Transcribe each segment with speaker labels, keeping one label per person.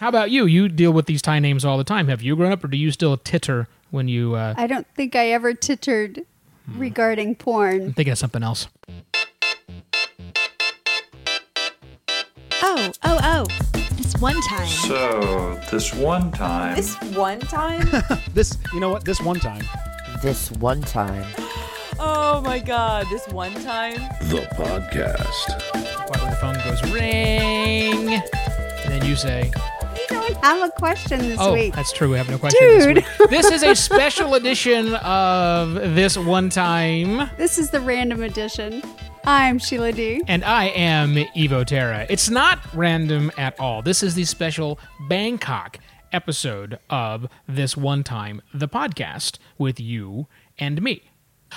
Speaker 1: How about you? You deal with these Thai names all the time. Have you grown up, or do you still titter when you? Uh,
Speaker 2: I don't think I ever tittered
Speaker 1: Hmm.
Speaker 2: regarding
Speaker 1: I'm
Speaker 2: porn.
Speaker 1: thinking of something else.
Speaker 3: Oh, oh, oh. This one time.
Speaker 4: So, this one time,
Speaker 5: This one time?
Speaker 6: This, you know what? This one time.
Speaker 7: This one time.
Speaker 5: oh my god, this one time?
Speaker 8: The podcast.
Speaker 1: Part where the phone goes ring, and then you say,
Speaker 2: I don't have a question this
Speaker 1: "Oh,
Speaker 2: week.
Speaker 1: that's true. We have no question."
Speaker 2: Dude.
Speaker 1: This, week. this is a special edition of this one time,
Speaker 2: This is the random edition. I'm Sheila D.
Speaker 1: and I am Evo Terra. It's not random at all. This is the special Bangkok episode of this one time, the podcast with you and me.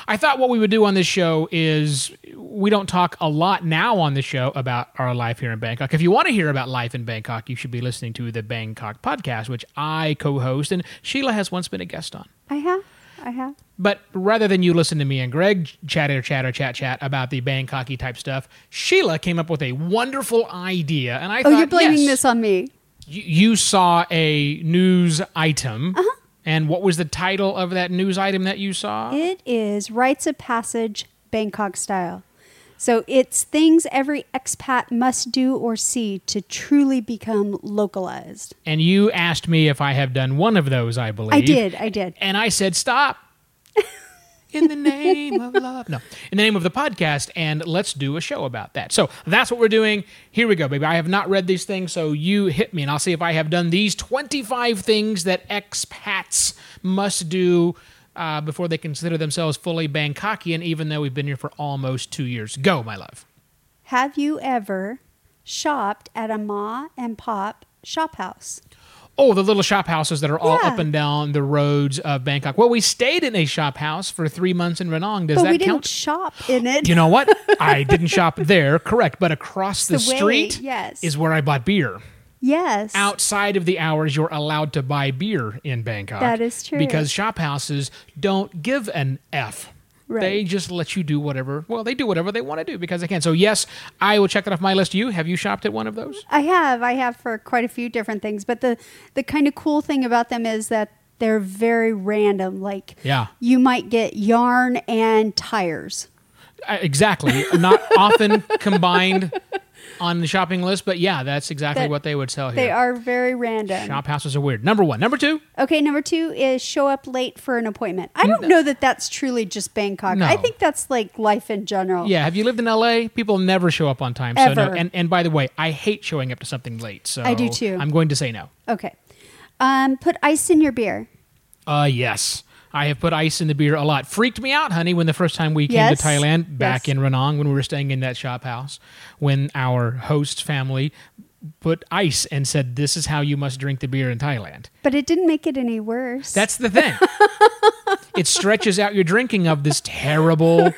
Speaker 1: I thought what we would do on this show is we don't talk a lot now on the show about our life here in Bangkok. If you want to hear about life in Bangkok, you should be listening to the Bangkok podcast, which I co host, and Sheila has once been a guest on.
Speaker 2: I have. I have.
Speaker 1: But rather than you listen to me and Greg chatter, chatter, chat, chat about the Bangkoky type stuff, Sheila came up with a wonderful idea, and I
Speaker 2: Oh,
Speaker 1: thought,
Speaker 2: you're blaming
Speaker 1: yes,
Speaker 2: this on me.
Speaker 1: You, you saw a news item,
Speaker 2: Uh-huh.
Speaker 1: and what was the title of that news item that you saw?
Speaker 2: It is rites of passage Bangkok style. So it's things every expat must do or see to truly become localized.
Speaker 1: and you asked me if I have done one of those, I believe.
Speaker 2: I did. I did.
Speaker 1: And I said, stop. In the name of love. No, in the name of the podcast, and let's do a show about that. So that's what we're doing. Here we go, baby. I have not read these things, so you hit me, and I'll see if I have done these 25 things that expats must do uh, before they consider themselves fully Bangkokian, even though we've been here for almost two years. Go, my love.
Speaker 2: Have you ever shopped at a ma and pop shop house?
Speaker 1: Oh, the little shop houses that are all
Speaker 2: Yeah.
Speaker 1: up and down the roads of Bangkok. Well, we stayed in a shop house for three months in Renong. Does
Speaker 2: but
Speaker 1: that
Speaker 2: we didn't
Speaker 1: count?
Speaker 2: shop in it.
Speaker 1: you know what? I didn't shop there, correct. But across the,
Speaker 2: It's the way,
Speaker 1: street
Speaker 2: yes.
Speaker 1: is where I bought beer.
Speaker 2: yes.
Speaker 1: Outside of the hours you're allowed to buy beer in Bangkok.
Speaker 2: That is true.
Speaker 1: Because shop houses don't give an F.
Speaker 2: Right.
Speaker 1: They just let you do whatever. Well, they do whatever they want to do because they can. So yes, I will check that off my list. You have you shopped at one of those?
Speaker 2: I have. I have for quite a few different things. But the the kind of cool thing about them is that they're very random. Like
Speaker 1: Yeah.
Speaker 2: you might get yarn and tires.
Speaker 1: Uh, exactly. Not often combined on the shopping list, but yeah, that's exactly
Speaker 2: That-
Speaker 1: what they would sell here.
Speaker 2: They are very random.
Speaker 1: Shop houses are weird. Number one. Number two,
Speaker 2: Okay, number two is show up late for an appointment. I don't know that that's truly just Bangkok.
Speaker 1: No.
Speaker 2: I think that's like life in general.
Speaker 1: yeah. Have you lived in LA? People never show up on time. So no.
Speaker 2: Ever.
Speaker 1: And, and by the way, I hate showing up to something late. So
Speaker 2: I do too.
Speaker 1: I'm going to say no.
Speaker 2: Okay. Um, put ice in your beer.
Speaker 1: Uh, yes. I have put ice in the beer a lot. Freaked me out, honey, when the first time we came
Speaker 2: Yes.
Speaker 1: to Thailand back
Speaker 2: Yes.
Speaker 1: in Renong when we were staying in that shop house, when our host family put ice and said, This is how you must drink the beer in Thailand.
Speaker 2: But it didn't make it any worse.
Speaker 1: That's the thing. it stretches out your drinking of this terrible,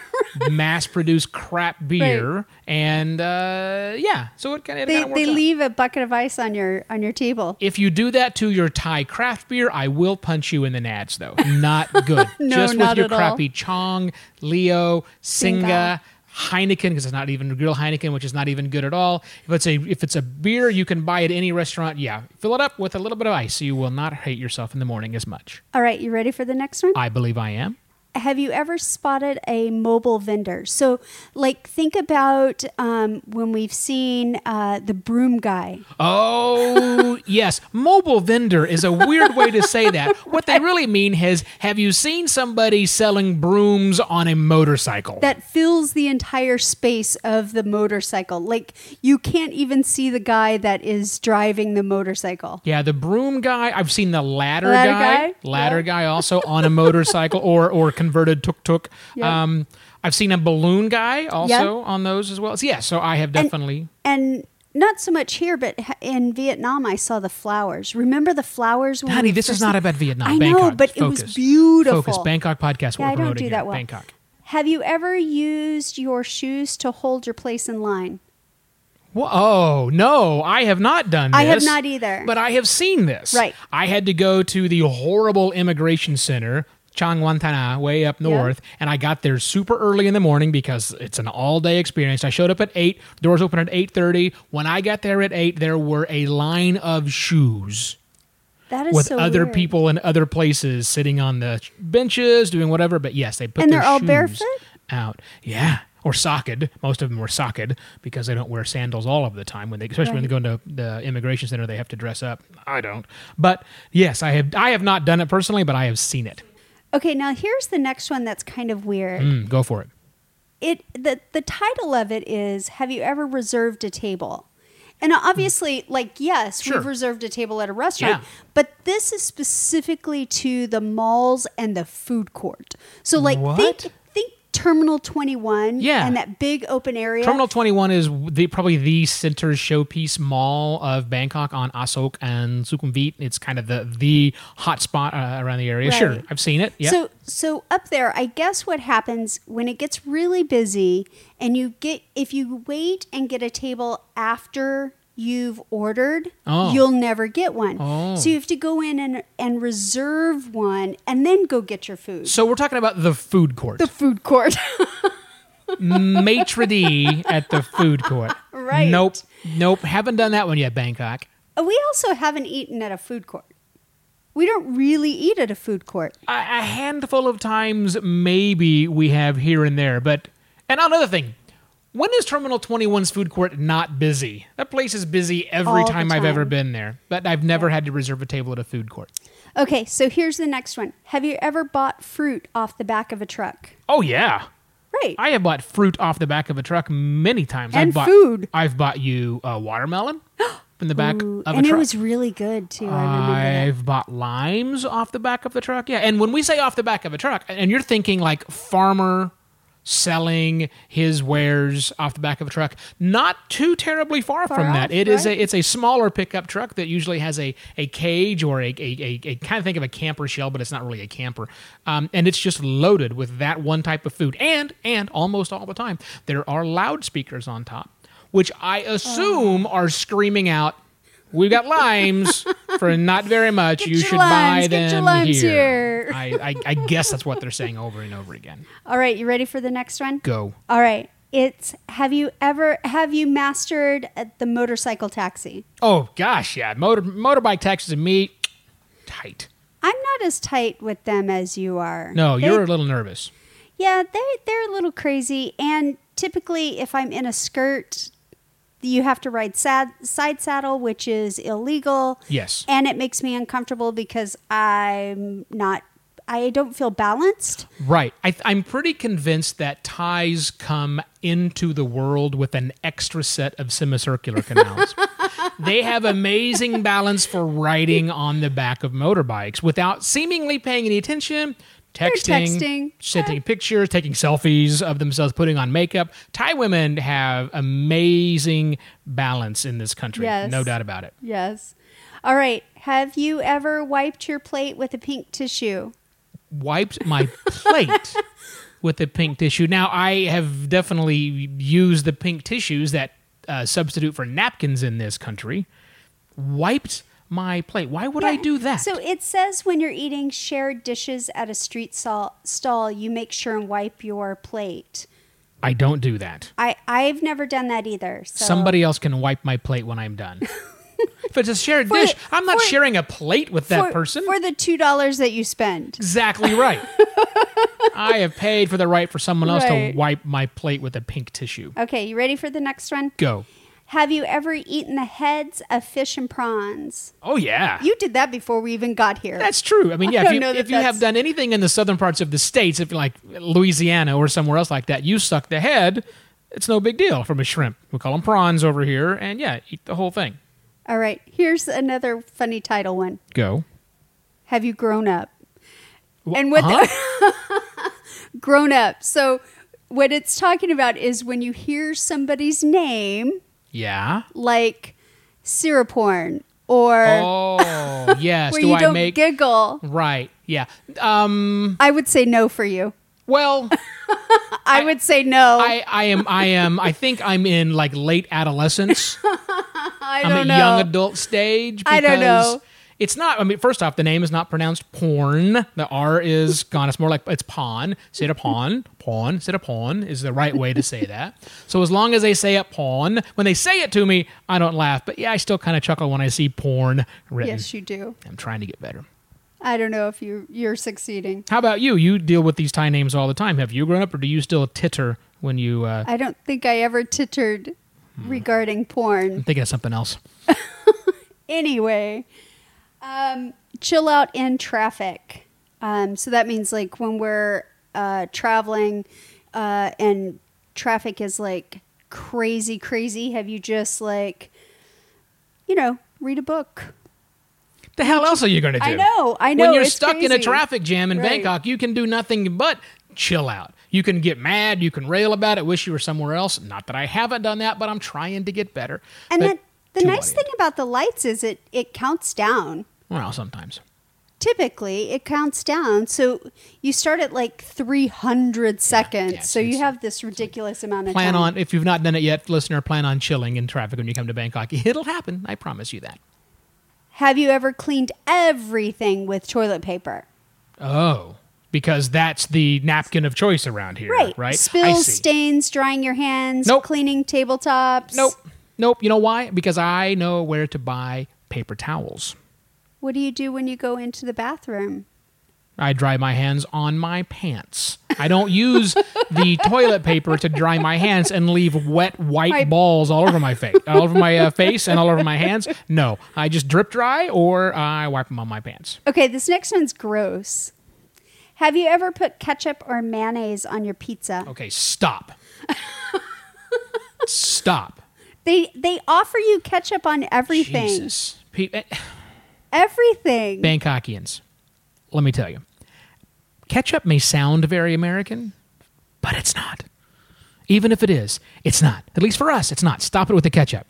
Speaker 1: mass-produced crap beer, and uh, yeah, so it kind of
Speaker 2: they, they
Speaker 1: out.
Speaker 2: leave a bucket of ice on your on your table.
Speaker 1: If you do that to your Thai craft beer, I will punch you in the nads, though. Not good.
Speaker 2: No,
Speaker 1: Just with
Speaker 2: not
Speaker 1: your
Speaker 2: at all.
Speaker 1: crappy Chong, Leo, Singa.
Speaker 2: Singa.
Speaker 1: Heineken because it's not even real Heineken, which is not even good at all. If it's a if it's a beer you can buy at any restaurant, yeah, fill it up with a little bit of ice, so you will not hate yourself in the morning as much.
Speaker 2: All right, you ready for the next one?
Speaker 1: I believe I am.
Speaker 2: have you ever spotted a mobile vendor? So, like, think about um, when we've seen uh, the broom guy.
Speaker 1: Oh, yes. Mobile vendor is a weird way to say that. What they really mean is have you seen somebody selling brooms on a motorcycle?
Speaker 2: that fills the entire space of the motorcycle. Like you can't even see the guy that is driving the motorcycle.
Speaker 1: yeah, the broom guy. I've seen the ladder,
Speaker 2: Ladder guy?
Speaker 1: Ladder guy also on a motorcycle or or converted tuk tuk.
Speaker 2: Yeah.
Speaker 1: Um, I've seen a balloon guy also
Speaker 2: Yeah.
Speaker 1: on those as well. So, yeah, so I have
Speaker 2: And-
Speaker 1: definitely.
Speaker 2: And not so much here, but ha- in Vietnam, I saw the flowers. Remember the flowers? When
Speaker 1: Honey,
Speaker 2: we
Speaker 1: this
Speaker 2: first
Speaker 1: is not
Speaker 2: saw-
Speaker 1: about Vietnam.
Speaker 2: I know,
Speaker 1: Bangkok.
Speaker 2: but
Speaker 1: Focus.
Speaker 2: it was beautiful.
Speaker 1: Focus. Bangkok podcast.
Speaker 2: Yeah,
Speaker 1: we're
Speaker 2: I don't
Speaker 1: promoting
Speaker 2: do
Speaker 1: here.
Speaker 2: that well.
Speaker 1: Bangkok.
Speaker 2: Have you ever used your shoes to hold your place in line?
Speaker 1: Whoa, oh, no, I have not done this.
Speaker 2: I have not either.
Speaker 1: But I have seen this.
Speaker 2: Right.
Speaker 1: I had to go to the horrible immigration center Changwantana, way up north, and I got there super early in the morning because it's an all-day experience. I showed up at eight. Doors open at eight thirty. When I got there at eight, there were a line of shoes
Speaker 2: That is
Speaker 1: with
Speaker 2: so
Speaker 1: other
Speaker 2: weird.
Speaker 1: people in other places sitting on the ch- benches doing whatever. But yes, they put
Speaker 2: And
Speaker 1: their
Speaker 2: they're all
Speaker 1: shoes
Speaker 2: barefoot?
Speaker 1: out. Yeah, or socked. Most of them were socked because they don't wear sandals all of the time when they, especially when they go into the immigration center, they have to dress up. I don't. But yes, I have. I have not done it personally, but I have seen it.
Speaker 2: Okay, now here's the next one that's kind of weird.
Speaker 1: Mm, go for it.
Speaker 2: It the the title of it is Have you ever reserved a table? And obviously, like yes,
Speaker 1: Mm. Sure.
Speaker 2: we've reserved a table at a restaurant,
Speaker 1: Yeah.
Speaker 2: but this is specifically to the malls and the food court. So like
Speaker 1: What?
Speaker 2: think think Terminal 21
Speaker 1: Yeah.
Speaker 2: and that big open area.
Speaker 1: Terminal 21 is the probably the center showpiece mall of Bangkok on Asok and Sukhumvit. It's kind of the the hot spot uh, around the area.
Speaker 2: Right.
Speaker 1: Sure, I've seen it. Yeah.
Speaker 2: So so up there, I guess what happens when it gets really busy and you get if you wait and get a table after you've ordered,
Speaker 1: Oh.
Speaker 2: you'll never get one.
Speaker 1: Oh.
Speaker 2: So you have to go in and and reserve one and then go get your food.
Speaker 1: So we're talking about the food court.
Speaker 2: the food court.
Speaker 1: maitre d at the food court.
Speaker 2: Right.
Speaker 1: Nope. Nope. Haven't done that one yet, Bangkok.
Speaker 2: Uh, we also haven't eaten at a food court. We don't really eat at a food court.
Speaker 1: A, a handful of times, maybe we have here and there. But, and another thing, when is Terminal 21's food court not busy? That place is busy every
Speaker 2: All the
Speaker 1: time, I've ever
Speaker 2: time.
Speaker 1: been there, but I've never had to reserve a table at a food court.
Speaker 2: Okay, so here's the next one. Have you ever bought fruit off the back of a truck?
Speaker 1: Oh, yeah.
Speaker 2: Right.
Speaker 1: I have bought fruit off the back of a truck many times. I've
Speaker 2: And
Speaker 1: bought,
Speaker 2: food.
Speaker 1: I've bought you a watermelon from the back
Speaker 2: Ooh,
Speaker 1: of
Speaker 2: and
Speaker 1: a
Speaker 2: it
Speaker 1: truck. Ah.
Speaker 2: was really good too. I remember that.
Speaker 1: I've bought limes off the back of the truck. Yeah. And when we say off the back of a truck, and you're thinking like farmer selling his wares off the back of a truck, not too terribly far, from
Speaker 2: off,
Speaker 1: that. It is
Speaker 2: right?
Speaker 1: a it's a smaller pickup truck that usually has a, a cage or a, a, a, a kind of think of a camper shell, but it's not really a camper. Um, and it's just loaded with that one type of food. And and almost all the time, there are loudspeakers on top, which I assume
Speaker 2: Oh.
Speaker 1: are screaming out We've got limes for not very much. you
Speaker 2: your
Speaker 1: should buy
Speaker 2: limes,
Speaker 1: them
Speaker 2: get your limes
Speaker 1: here.
Speaker 2: here.
Speaker 1: I, I, I guess that's what they're saying over and over again.
Speaker 2: All right, you ready for the next one?
Speaker 1: Go.
Speaker 2: All right. It's have you ever have you mastered uh, the motorcycle taxi?
Speaker 1: Oh gosh, yeah. Motor motorbike taxis and me tight.
Speaker 2: I'm not as tight with them as you are.
Speaker 1: No,
Speaker 2: They-
Speaker 1: you're a little nervous.
Speaker 2: Yeah, they they're a little crazy and typically if I'm in a skirt you have to ride sad, side saddle, which is illegal.
Speaker 1: Yes.
Speaker 2: And it makes me uncomfortable because I'm not I don't feel balanced.
Speaker 1: Right. I, I'm pretty convinced that ties come into the world with an extra set of semicircular canals. they have amazing balance for riding on the back of motorbikes without seemingly paying any attention. Texting,
Speaker 2: texting.
Speaker 1: sending pictures, taking selfies of themselves, putting on makeup. Thai women have amazing balance in this country,
Speaker 2: Yes.
Speaker 1: no doubt about it.
Speaker 2: Yes. All right. Have you ever wiped your plate with a pink tissue?
Speaker 1: wiped my plate with a pink tissue. Now I have definitely used the pink tissues that uh, substitute for napkins in this country. Wiped my plate. Why would I do that?
Speaker 2: So it says when you're eating shared dishes at a street stall, stall you make sure and wipe your plate.
Speaker 1: I don't do that.
Speaker 2: I, I've never done that either. So.
Speaker 1: Somebody else can wipe my plate when I'm done. if it's a shared
Speaker 2: For
Speaker 1: dish,
Speaker 2: the-
Speaker 1: I'm not
Speaker 2: for-
Speaker 1: sharing a plate with that
Speaker 2: for,
Speaker 1: person.
Speaker 2: For the $2 that you spend.
Speaker 1: exactly right. I have paid for the right for someone else
Speaker 2: Right.
Speaker 1: to wipe my plate with a pink tissue.
Speaker 2: Okay, you ready for the next one?
Speaker 1: Go.
Speaker 2: Have you ever eaten the heads of fish and prawns?
Speaker 1: Oh yeah.
Speaker 2: You did that before we even got here.
Speaker 1: That's true. I mean, yeah,
Speaker 2: don't
Speaker 1: if you,
Speaker 2: know that
Speaker 1: if you have
Speaker 2: that's-
Speaker 1: done anything in the southern parts of the states, if you're like Louisiana or somewhere else like that, you suck the head. It's no big deal from a shrimp. We call them prawns over here, and yeah, eat the whole thing.
Speaker 2: All right, here's another funny title one.
Speaker 1: Go.
Speaker 2: Have you grown up? and what the, grown up. So what it's talking about is when you hear somebody's name
Speaker 1: Yeah.
Speaker 2: like Siroporn or
Speaker 1: Oh, yes.
Speaker 2: where
Speaker 1: Do
Speaker 2: you
Speaker 1: I
Speaker 2: don't
Speaker 1: make
Speaker 2: giggle,
Speaker 1: right? Yeah. Um.
Speaker 2: I would say no for you.
Speaker 1: Well,
Speaker 2: I, would say no. I,
Speaker 1: I, I am. I am. I think I'm in like late adolescence.
Speaker 2: don't
Speaker 1: I'm a
Speaker 2: know.
Speaker 1: young adult stage.
Speaker 2: I don't
Speaker 1: because
Speaker 2: know.
Speaker 1: It's not. I mean, first off, the name is not pronounced porn. The R is gone. It's more like it's pawn. Sit a pawn. Pawn. Sit a pawn is the right way to say that. So as long as they say it pawn, when they say it to me, I don't laugh. But yeah, I still kind of chuckle when I see porn written.
Speaker 2: Yes, you do.
Speaker 1: I'm trying to get better.
Speaker 2: I don't know if you you're succeeding.
Speaker 1: How about you? You deal with these Thai names all the time. Have you grown up, or do you still titter when you? Uh,
Speaker 2: I don't think I ever tittered
Speaker 1: Hmm.
Speaker 2: regarding porn.
Speaker 1: I'm thinking of something else.
Speaker 2: Anyway, um, chill out in traffic. Um, so that means like when we're uh, traveling uh, and traffic is like crazy, crazy. Have you just like, you know, read a book?
Speaker 1: The hell else are you going to do?
Speaker 2: I know, I know,
Speaker 1: When you're
Speaker 2: it's
Speaker 1: stuck in a
Speaker 2: crazy.
Speaker 1: traffic jam in
Speaker 2: Right.
Speaker 1: Bangkok, you can do nothing but chill out. You can get mad. You can rail about it. Wish you were somewhere else. Not that I haven't done that, but I'm trying to get better.
Speaker 2: And
Speaker 1: But
Speaker 2: then the
Speaker 1: to
Speaker 2: nice
Speaker 1: what
Speaker 2: thing
Speaker 1: end?
Speaker 2: about the lights is it it counts down.
Speaker 1: well, sometimes.
Speaker 2: typically it counts down so you start at like 300 seconds
Speaker 1: it's-
Speaker 2: so you
Speaker 1: it's-
Speaker 2: have this ridiculous amount of
Speaker 1: Plan
Speaker 2: time
Speaker 1: on if you've not done it yet, listener. Plan on chilling in traffic when you come to Bangkok. It'll happen. I promise you that.
Speaker 2: have you ever cleaned everything with toilet paper
Speaker 1: Oh, because that's the napkin of choice around here,
Speaker 2: right
Speaker 1: right? I
Speaker 2: spills
Speaker 1: see.
Speaker 2: stains drying your hands
Speaker 1: Nope.
Speaker 2: cleaning tabletops
Speaker 1: Nope. Nope. You know why? Because I know where to buy paper towels.
Speaker 2: what do you do when you go into the bathroom
Speaker 1: I dry my hands on my pants. I don't use the toilet paper to dry my hands and leave wet white
Speaker 2: I-
Speaker 1: balls all over my face, all over my uh, face, and all over my hands. No, I just drip dry or I wipe them on my pants.
Speaker 2: okay this next one's gross have you ever put ketchup or mayonnaise on your pizza
Speaker 1: Okay, stop. stop.
Speaker 2: they they offer you ketchup on everything
Speaker 1: Jesus. Pe- eh,
Speaker 2: everything
Speaker 1: Bangkokians, let me tell you, ketchup may sound very American, but it's not. Even if it is, it's not. At least for us, it's not. Stop it with the ketchup.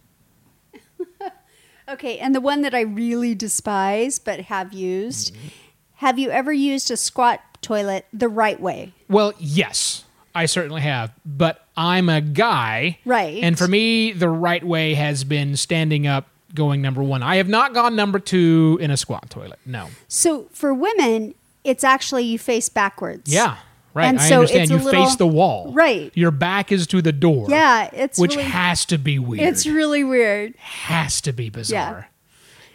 Speaker 2: Okay, and the one that I really despise but have used.
Speaker 1: Mm-hmm.
Speaker 2: Have you ever used a squat toilet the right way?
Speaker 1: Well, yes, I certainly have, but I'm a guy.
Speaker 2: Right.
Speaker 1: And for me, the right way has been standing up, going number one. I have not gone number two in a squat toilet. No.
Speaker 2: So for women, it's actually you face backwards.
Speaker 1: Yeah. Right.
Speaker 2: And
Speaker 1: I
Speaker 2: so
Speaker 1: understand.
Speaker 2: it's a
Speaker 1: you
Speaker 2: little-
Speaker 1: face the wall.
Speaker 2: Right.
Speaker 1: Your back is to the door.
Speaker 2: Yeah, it's
Speaker 1: Which
Speaker 2: really-
Speaker 1: has to be weird.
Speaker 2: It's really weird.
Speaker 1: has to be bizarre.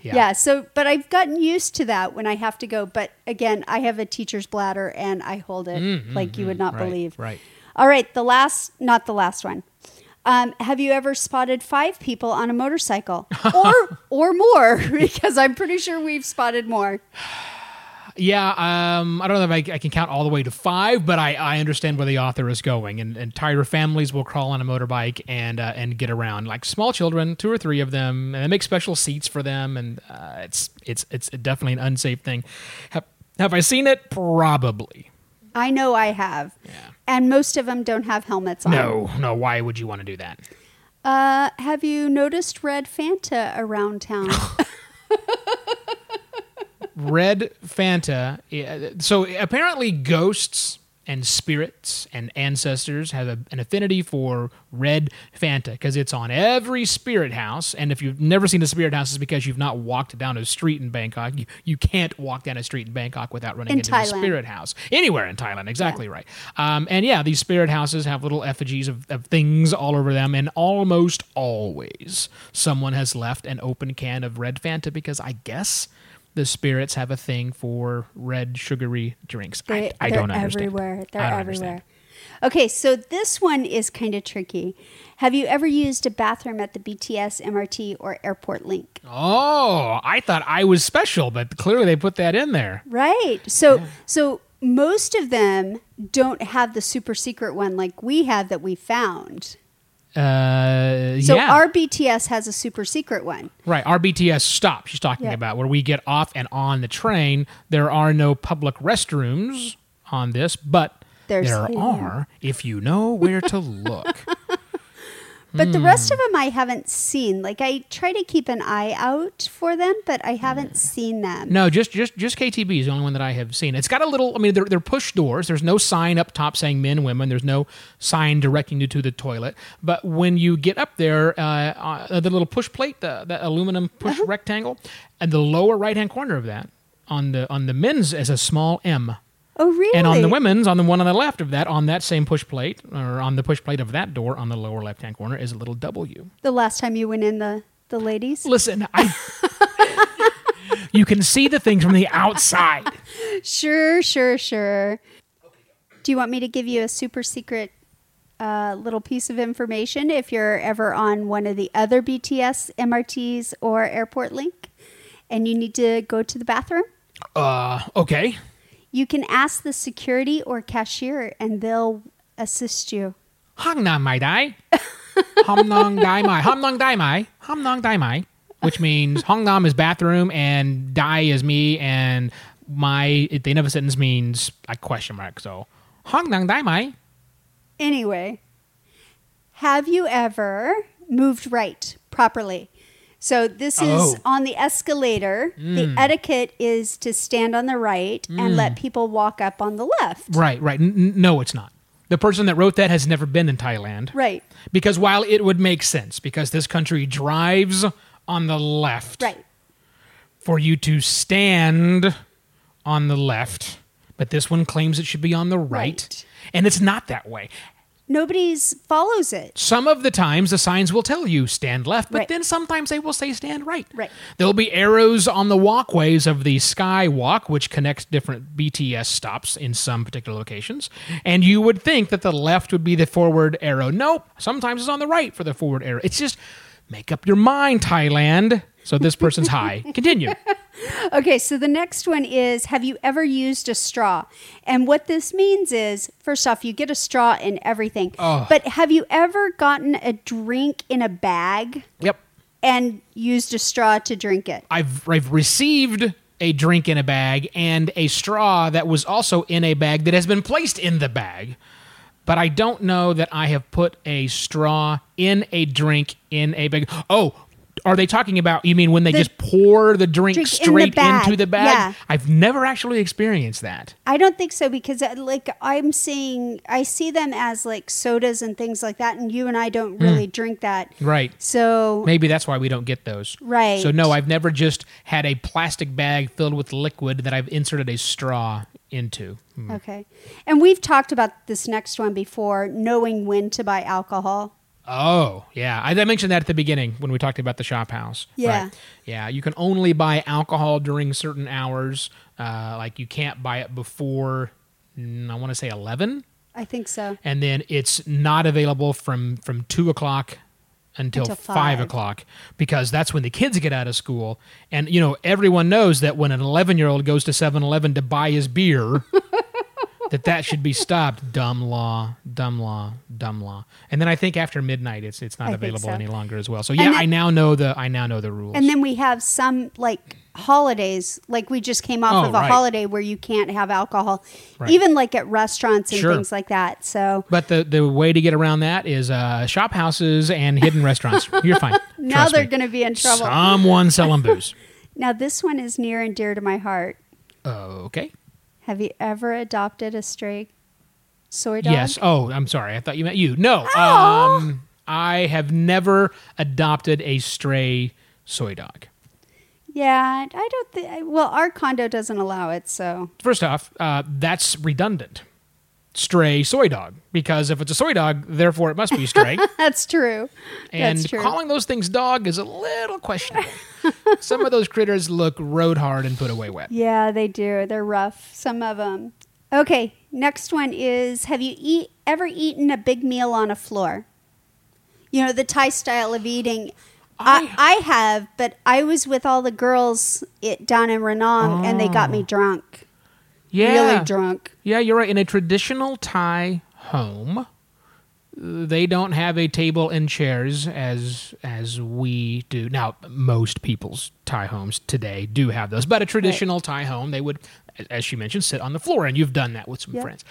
Speaker 2: Yeah. so but I've gotten used to that when I have to go, but again, I have a teacher's bladder and I hold it like you would not
Speaker 1: Mm, right,
Speaker 2: believe.
Speaker 1: right.
Speaker 2: All right, the last not the last one. Um, have you ever spotted five people on a motorcycle or or more because I'm pretty sure we've spotted more.
Speaker 1: Yeah, um, I don't know if I, I can count all the way to five, but I, I understand where the author is going. And, and entire families will crawl on a motorbike and uh, and get around like small children, two or three of them, and they make special seats for them. And uh, it's it's it's definitely an unsafe thing. Have, have I seen it? Probably.
Speaker 2: I know I have. And most of them don't have helmets on.
Speaker 1: No, no. Why would you want to do that?
Speaker 2: Uh, have you noticed red Fanta around town?
Speaker 1: Red Fanta. yeah, So apparently, ghosts and spirits and ancestors have a, an affinity for Red Fanta because it's on every spirit house. And if you've never seen a spirit house, it's because you've not walked down a street in Bangkok. You, you can't walk down a street in Bangkok without running
Speaker 2: In
Speaker 1: into a
Speaker 2: Thailand.
Speaker 1: spirit house. Anywhere in Thailand, exactly right. Um, and yeah, these spirit houses have little effigies of, of things all over them, and almost always someone has left an open can of Red Fanta because I guess the spirits have a thing for red sugary drinks.
Speaker 2: They,
Speaker 1: I, I
Speaker 2: they're
Speaker 1: don't understand.
Speaker 2: everywhere. They're
Speaker 1: I don't
Speaker 2: everywhere.
Speaker 1: understand.
Speaker 2: Okay, so this one is kind of tricky. Have you ever used a bathroom at the BTS, MRT, or Airport Link?
Speaker 1: Oh, I thought I was special, but clearly they put that in there.
Speaker 2: Right. So, so most of them don't have the super secret one like we have that we found.
Speaker 1: Uh,
Speaker 2: So
Speaker 1: yeah.
Speaker 2: our BTS has a super secret one.
Speaker 1: Right, RBTS stop. She's talking
Speaker 2: Yeah.
Speaker 1: about where we get off and on the train. There are no public restrooms on this, but
Speaker 2: There's
Speaker 1: there
Speaker 2: here.
Speaker 1: are if you know where to look.
Speaker 2: But the
Speaker 1: Hmm.
Speaker 2: rest of them I haven't seen. Like I try to keep an eye out for them, but I haven't seen them.
Speaker 1: Hmm. No, just just just KTB is the only one that I have seen. It's got a little. I mean, they're, they're push doors. There's no sign up top saying men, women. There's no sign directing you to the toilet. But when you get up there, uh, uh, the little push plate, the, the aluminum push
Speaker 2: Uh-huh.
Speaker 1: rectangle, and the lower right hand corner of that on the on the men's is a small M.
Speaker 2: Oh, really?
Speaker 1: And on the women's, on the one on the left of that, on that same push plate, or on the push plate of that door on the lower left hand corner, is a little W.
Speaker 2: The last time you went in the the ladies.
Speaker 1: Listen, I. you can see the things from the outside.
Speaker 2: Sure, sure, sure. Do you want me to give you a super secret uh, little piece of information if you're ever on one of the other BTS MRTs or Airport Link and you need to go to the bathroom?
Speaker 1: Uh, okay.
Speaker 2: You can ask the security or cashier and they'll assist you.
Speaker 1: Hangnam mai dai. Hamnong dai mai. Hamnong dai mai. Hamnong dai mai. Which means Hongnam is bathroom and dai is me and my at the end of a sentence means like question mark. So Hongnam dai mai.
Speaker 2: Anyway, have you ever moved right properly? So this is
Speaker 1: Oh.
Speaker 2: on the escalator. The etiquette is to stand on the right and let people walk up on the left.
Speaker 1: Right, right. N- n- no, it's not. The person that wrote that has never been in Thailand.
Speaker 2: Right.
Speaker 1: Because while it would make sense, because this country drives on the left.
Speaker 2: Right.
Speaker 1: for you to stand on the left, but this one claims it should be on the right,
Speaker 2: Right.
Speaker 1: and it's not that way.
Speaker 2: Nobody's follows it.
Speaker 1: Some of the times the signs will tell you stand left, but
Speaker 2: Right.
Speaker 1: then sometimes they will say stand right.
Speaker 2: Right.
Speaker 1: There'll be arrows on the walkways of the Skywalk, which connects different BTS stops in some particular locations. And you would think that the left would be the forward arrow. Nope. Sometimes it's on the right for the forward arrow. It's just make up your mind, Thailand. So this person's high. Continue.
Speaker 2: Okay, so the next one is have you ever used a straw? And what this means is first off, you get a straw in everything. But have you ever gotten a drink in a bag
Speaker 1: Yep.
Speaker 2: and used a straw to drink it?
Speaker 1: I've I've received a drink in a bag and a straw that was also in a bag that has been placed in the bag. But I don't know that I have put a straw in a drink in a bag. Oh, are they talking about you mean when they
Speaker 2: The-
Speaker 1: just pour the drink,
Speaker 2: Drink in the
Speaker 1: straight
Speaker 2: bag,
Speaker 1: into the bag?
Speaker 2: yeah.
Speaker 1: I've never actually experienced that.
Speaker 2: I don't think so because uh, like I'm seeing I see them as like sodas and things like that and you and I don't really drink that.
Speaker 1: Hmm. Right.
Speaker 2: So
Speaker 1: Maybe that's why we don't get those.
Speaker 2: Right.
Speaker 1: So no, I've never just had a plastic bag filled with liquid that I've inserted a straw into.
Speaker 2: okay. And we've talked about this next one before, knowing when to buy alcohol.
Speaker 1: Oh, yeah. I, I mentioned that at the beginning when we talked about the shop house.
Speaker 2: Yeah.
Speaker 1: Yeah. You can only buy alcohol during certain hours. Uh, like you can't buy it before, mm, I want to say 11.
Speaker 2: I think so.
Speaker 1: And then it's not available from, from 2 o'clock until,
Speaker 2: Until
Speaker 1: 5.
Speaker 2: five.
Speaker 1: o'clock because that's when the kids get out of school. And, you know, everyone knows that when an 11 year old goes to 7 Eleven to buy his beer. That that should be stopped. Dumb law, dumb law, dumb law. And then I think after midnight, it's it's not
Speaker 2: I think
Speaker 1: available
Speaker 2: so.
Speaker 1: any longer as well. So yeah,
Speaker 2: then-
Speaker 1: I now know the I now know the rules.
Speaker 2: And then we have some like holidays, like we just came off
Speaker 1: Oh,
Speaker 2: of a
Speaker 1: right.
Speaker 2: holiday where you can't have alcohol,
Speaker 1: Right.
Speaker 2: even like at restaurants and
Speaker 1: Sure.
Speaker 2: things like that. So
Speaker 1: but the the way to get around that is uh, shop houses and hidden restaurants. You're fine.
Speaker 2: now
Speaker 1: Trust
Speaker 2: they're
Speaker 1: me.
Speaker 2: going to be in trouble.
Speaker 1: Someone selling booze.
Speaker 2: Now, this one is near and dear to my heart.
Speaker 1: Okay.
Speaker 2: Have you ever adopted a stray soy dog? Oh.
Speaker 1: Yes. Oh, I'm sorry. I thought you meant you. No. Um, I have never adopted a stray soy dog.
Speaker 2: Yeah, I don't think. Well, our condo doesn't allow it, so
Speaker 1: first off, uh, that's redundant. Stray soy dog, because if it's a soy dog, therefore it must be stray.
Speaker 2: that's true.
Speaker 1: and
Speaker 2: that's true.
Speaker 1: calling those things dog is a little questionable. Some of those critters look road hard and put away wet.
Speaker 2: yeah, they do. They're rough. Some of them. Okay, next one is: Have you eat ever eaten a big meal on a floor? You know the Thai style of eating. I, I have, but I was with all the girls it, down in Renong, and they got me drunk,
Speaker 1: Oh. Yeah,
Speaker 2: really drunk.
Speaker 1: yeah, you're right. In a traditional Thai home, they don't have a table and chairs as as we do. Now, most people's Thai homes today do have those, but a traditional Thai home, they would, as she mentioned, sit on the floor, and you've done that with some friends.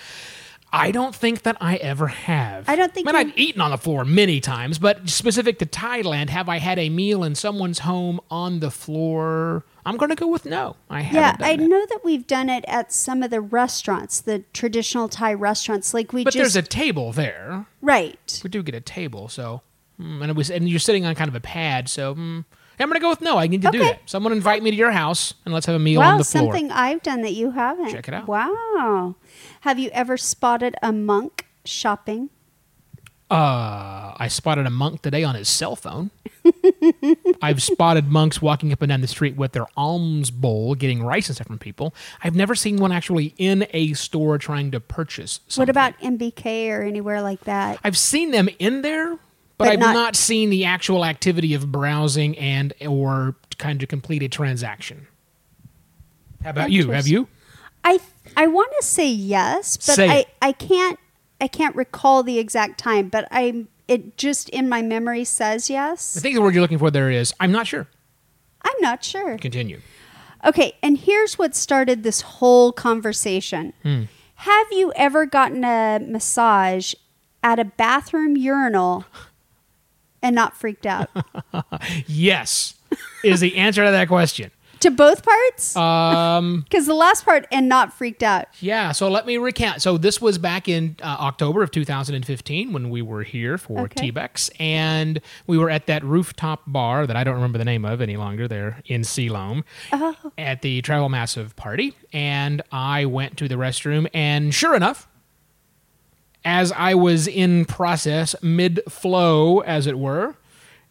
Speaker 1: I don't think that I ever have.
Speaker 2: I don't think
Speaker 1: I mean,
Speaker 2: you-
Speaker 1: I've eaten on the floor many times, but specific to Thailand, have I had a meal in someone's home on the floor? I'm going to go with no. I haven't.
Speaker 2: Yeah,
Speaker 1: done
Speaker 2: I
Speaker 1: that.
Speaker 2: know that we've done it at some of the restaurants, the traditional Thai restaurants. Like we
Speaker 1: But
Speaker 2: just
Speaker 1: there's a table there.
Speaker 2: right.
Speaker 1: We do get a table, so mm, and it was and you're sitting on kind of a pad, so mm, I'm going to go with no. I need to do
Speaker 2: Okay.
Speaker 1: that. Someone invite me to your house and let's have a meal
Speaker 2: Wow,
Speaker 1: on the floor.
Speaker 2: something I've done that you haven't.
Speaker 1: Check it out.
Speaker 2: Wow. Have you ever spotted a monk shopping?
Speaker 1: Uh, I spotted a monk today on his cell phone. I've spotted monks walking up and down the street with their alms bowl, getting rice and stuff from people. I've never seen one actually in a store trying to purchase. Something.
Speaker 2: What about MBK or anywhere like that?
Speaker 1: I've seen them in there, but,
Speaker 2: But
Speaker 1: I've not,
Speaker 2: not-
Speaker 1: seen the actual activity of browsing and or kind of complete a transaction. How about you? Have you?
Speaker 2: I I want to say yes, but
Speaker 1: Say
Speaker 2: I
Speaker 1: it.
Speaker 2: I can't I can't recall the exact time, but I it just in my memory says
Speaker 1: I
Speaker 2: yes.
Speaker 1: think the word you're looking for there is I'm not sure.
Speaker 2: I'm not sure.
Speaker 1: Continue.
Speaker 2: Okay, and here's what started this whole conversation. Have you ever gotten a massage at a bathroom urinal and not freaked out?
Speaker 1: Yes is the answer to that question.
Speaker 2: to both parts? Um cuz the last part and not freaked out.
Speaker 1: Yeah, so let me recount. So this was back in uh, October of 2015 when we were here for
Speaker 2: Okay.
Speaker 1: T-Bex, and we were at that rooftop bar that I don't remember the name of any longer there in Siloam at the Travel Massive party, and I went to the restroom, and sure enough, as I was in process, mid-flow, as it were,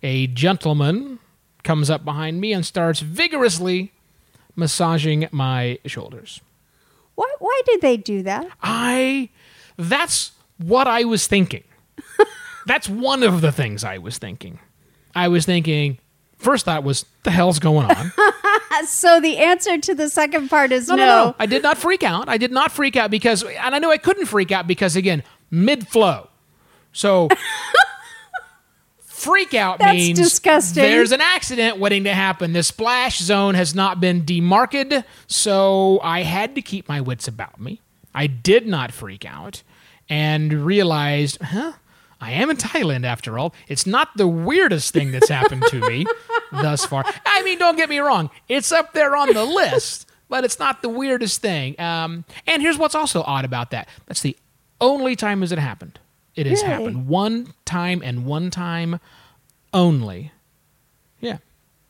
Speaker 1: a gentleman comes up behind me and starts vigorously massaging my shoulders.
Speaker 2: Why why did they do that?
Speaker 1: I that's what I was thinking. that's one of the things I was thinking. I was thinking first thought was the hell's going on?
Speaker 2: So the answer to the second part is no.
Speaker 1: I did not freak out. I did not freak out because and I knew I couldn't freak out because again, mid flow. So freak out
Speaker 2: That's
Speaker 1: means
Speaker 2: disgusting.
Speaker 1: there's an accident waiting to happen. The splash zone has not been demarcated, so I had to keep my wits about me. I did not freak out and realized, huh? I am in Thailand after all. It's not the weirdest thing that's happened to me thus far. I mean, don't get me wrong, it's up there on the list, but it's not the weirdest thing. Um, and here's what's also odd about that that's the only time has it happened. It has
Speaker 2: Really?
Speaker 1: happened one time and one time only. Yeah.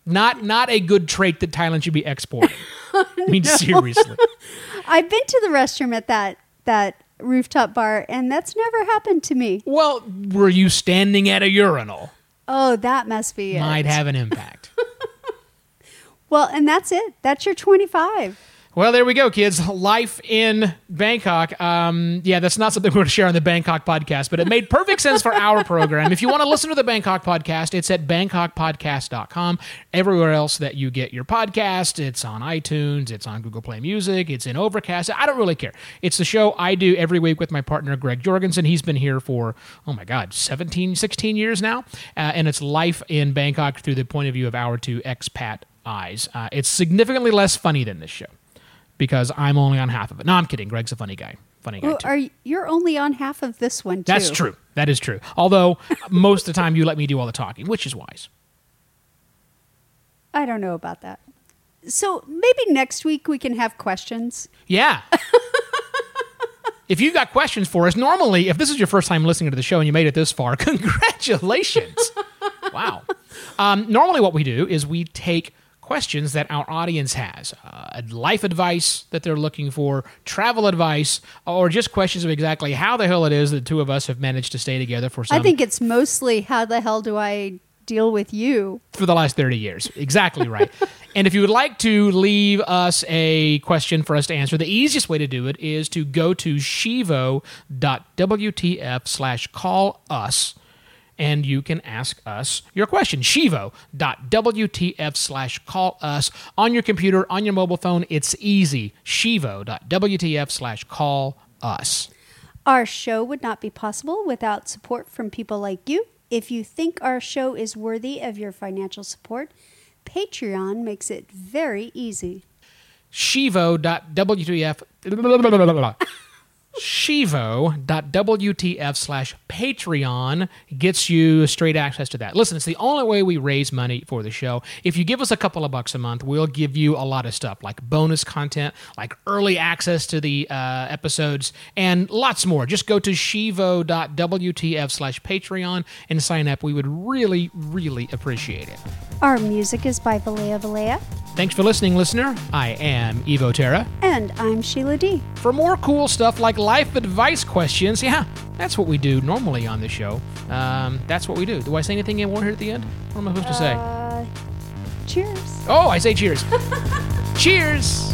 Speaker 1: Not not a good trait that Thailand should be exporting. I mean seriously.
Speaker 2: I've been to the restroom at that that rooftop bar and that's never happened to me.
Speaker 1: Well, were you standing at a urinal?
Speaker 2: Oh, that must be it.
Speaker 1: Might have an impact.
Speaker 2: Well, and that's it. That's your 25.
Speaker 1: Well, there we go, kids. Life in Bangkok. Um, yeah, that's not something we're going to share on the Bangkok podcast, but it made perfect sense for our program. If you want to listen to the Bangkok podcast, it's at bangkokpodcast.com. Everywhere else that you get your podcast, it's on iTunes, it's on Google Play Music, it's in Overcast. I don't really care. It's the show I do every week with my partner, Greg Jorgensen. He's been here for, oh my God, 17, 16 years now. Uh, and it's Life in Bangkok through the point of view of our two expat eyes. Uh, it's significantly less funny than this show because I'm only on half of it. No, I'm kidding. Greg's a funny guy. Funny guy.
Speaker 2: Well,
Speaker 1: too.
Speaker 2: are you, you're only on half of this one too.
Speaker 1: That's true. That is true. Although most of the time you let me do all the talking, which is wise.
Speaker 2: I don't know about that. So maybe next week we can have questions.
Speaker 1: Yeah. if you've got questions for us, normally if this is your first time listening to the show and you made it this far, congratulations. wow. Um, normally, what we do is we take questions that our audience has uh, life advice that they're looking for, travel advice, or just questions of exactly how the hell it is that the two of us have managed to stay together for some
Speaker 2: I think it's mostly how the hell do I deal with you?
Speaker 1: for the last 30 years. Exactly right. and if you would like to leave us a question for us to answer, the easiest way to do it is to go to shivo.wtf slash call us and you can ask us your question. shivo.wtf slash call us on your computer, on your mobile phone. It's easy. shivo.wtf slash call us.
Speaker 2: Our show would not be possible without support from people like you. If you think our show is worthy of your financial support, Patreon makes it very easy.
Speaker 1: shivo.wtf shivo.wtf slash patreon gets you straight access to that listen it's the only way we raise money for the show if you give us a couple of bucks a month we'll give you a lot of stuff like bonus content like early access to the uh, episodes and lots more just go to shivo.wtf slash patreon and sign up we would really really appreciate it
Speaker 2: Our music is by Valea Valea,
Speaker 1: thanks for listening listener i am evo terra
Speaker 2: and I'm Sheila D.
Speaker 1: for more cool stuff like life advice questions. Yeah, that's what we do normally on the show. Um, that's what we do. Do I say anything anymore here at the end? What am I supposed to say?
Speaker 2: Cheers.
Speaker 1: Oh, I say cheers. cheers.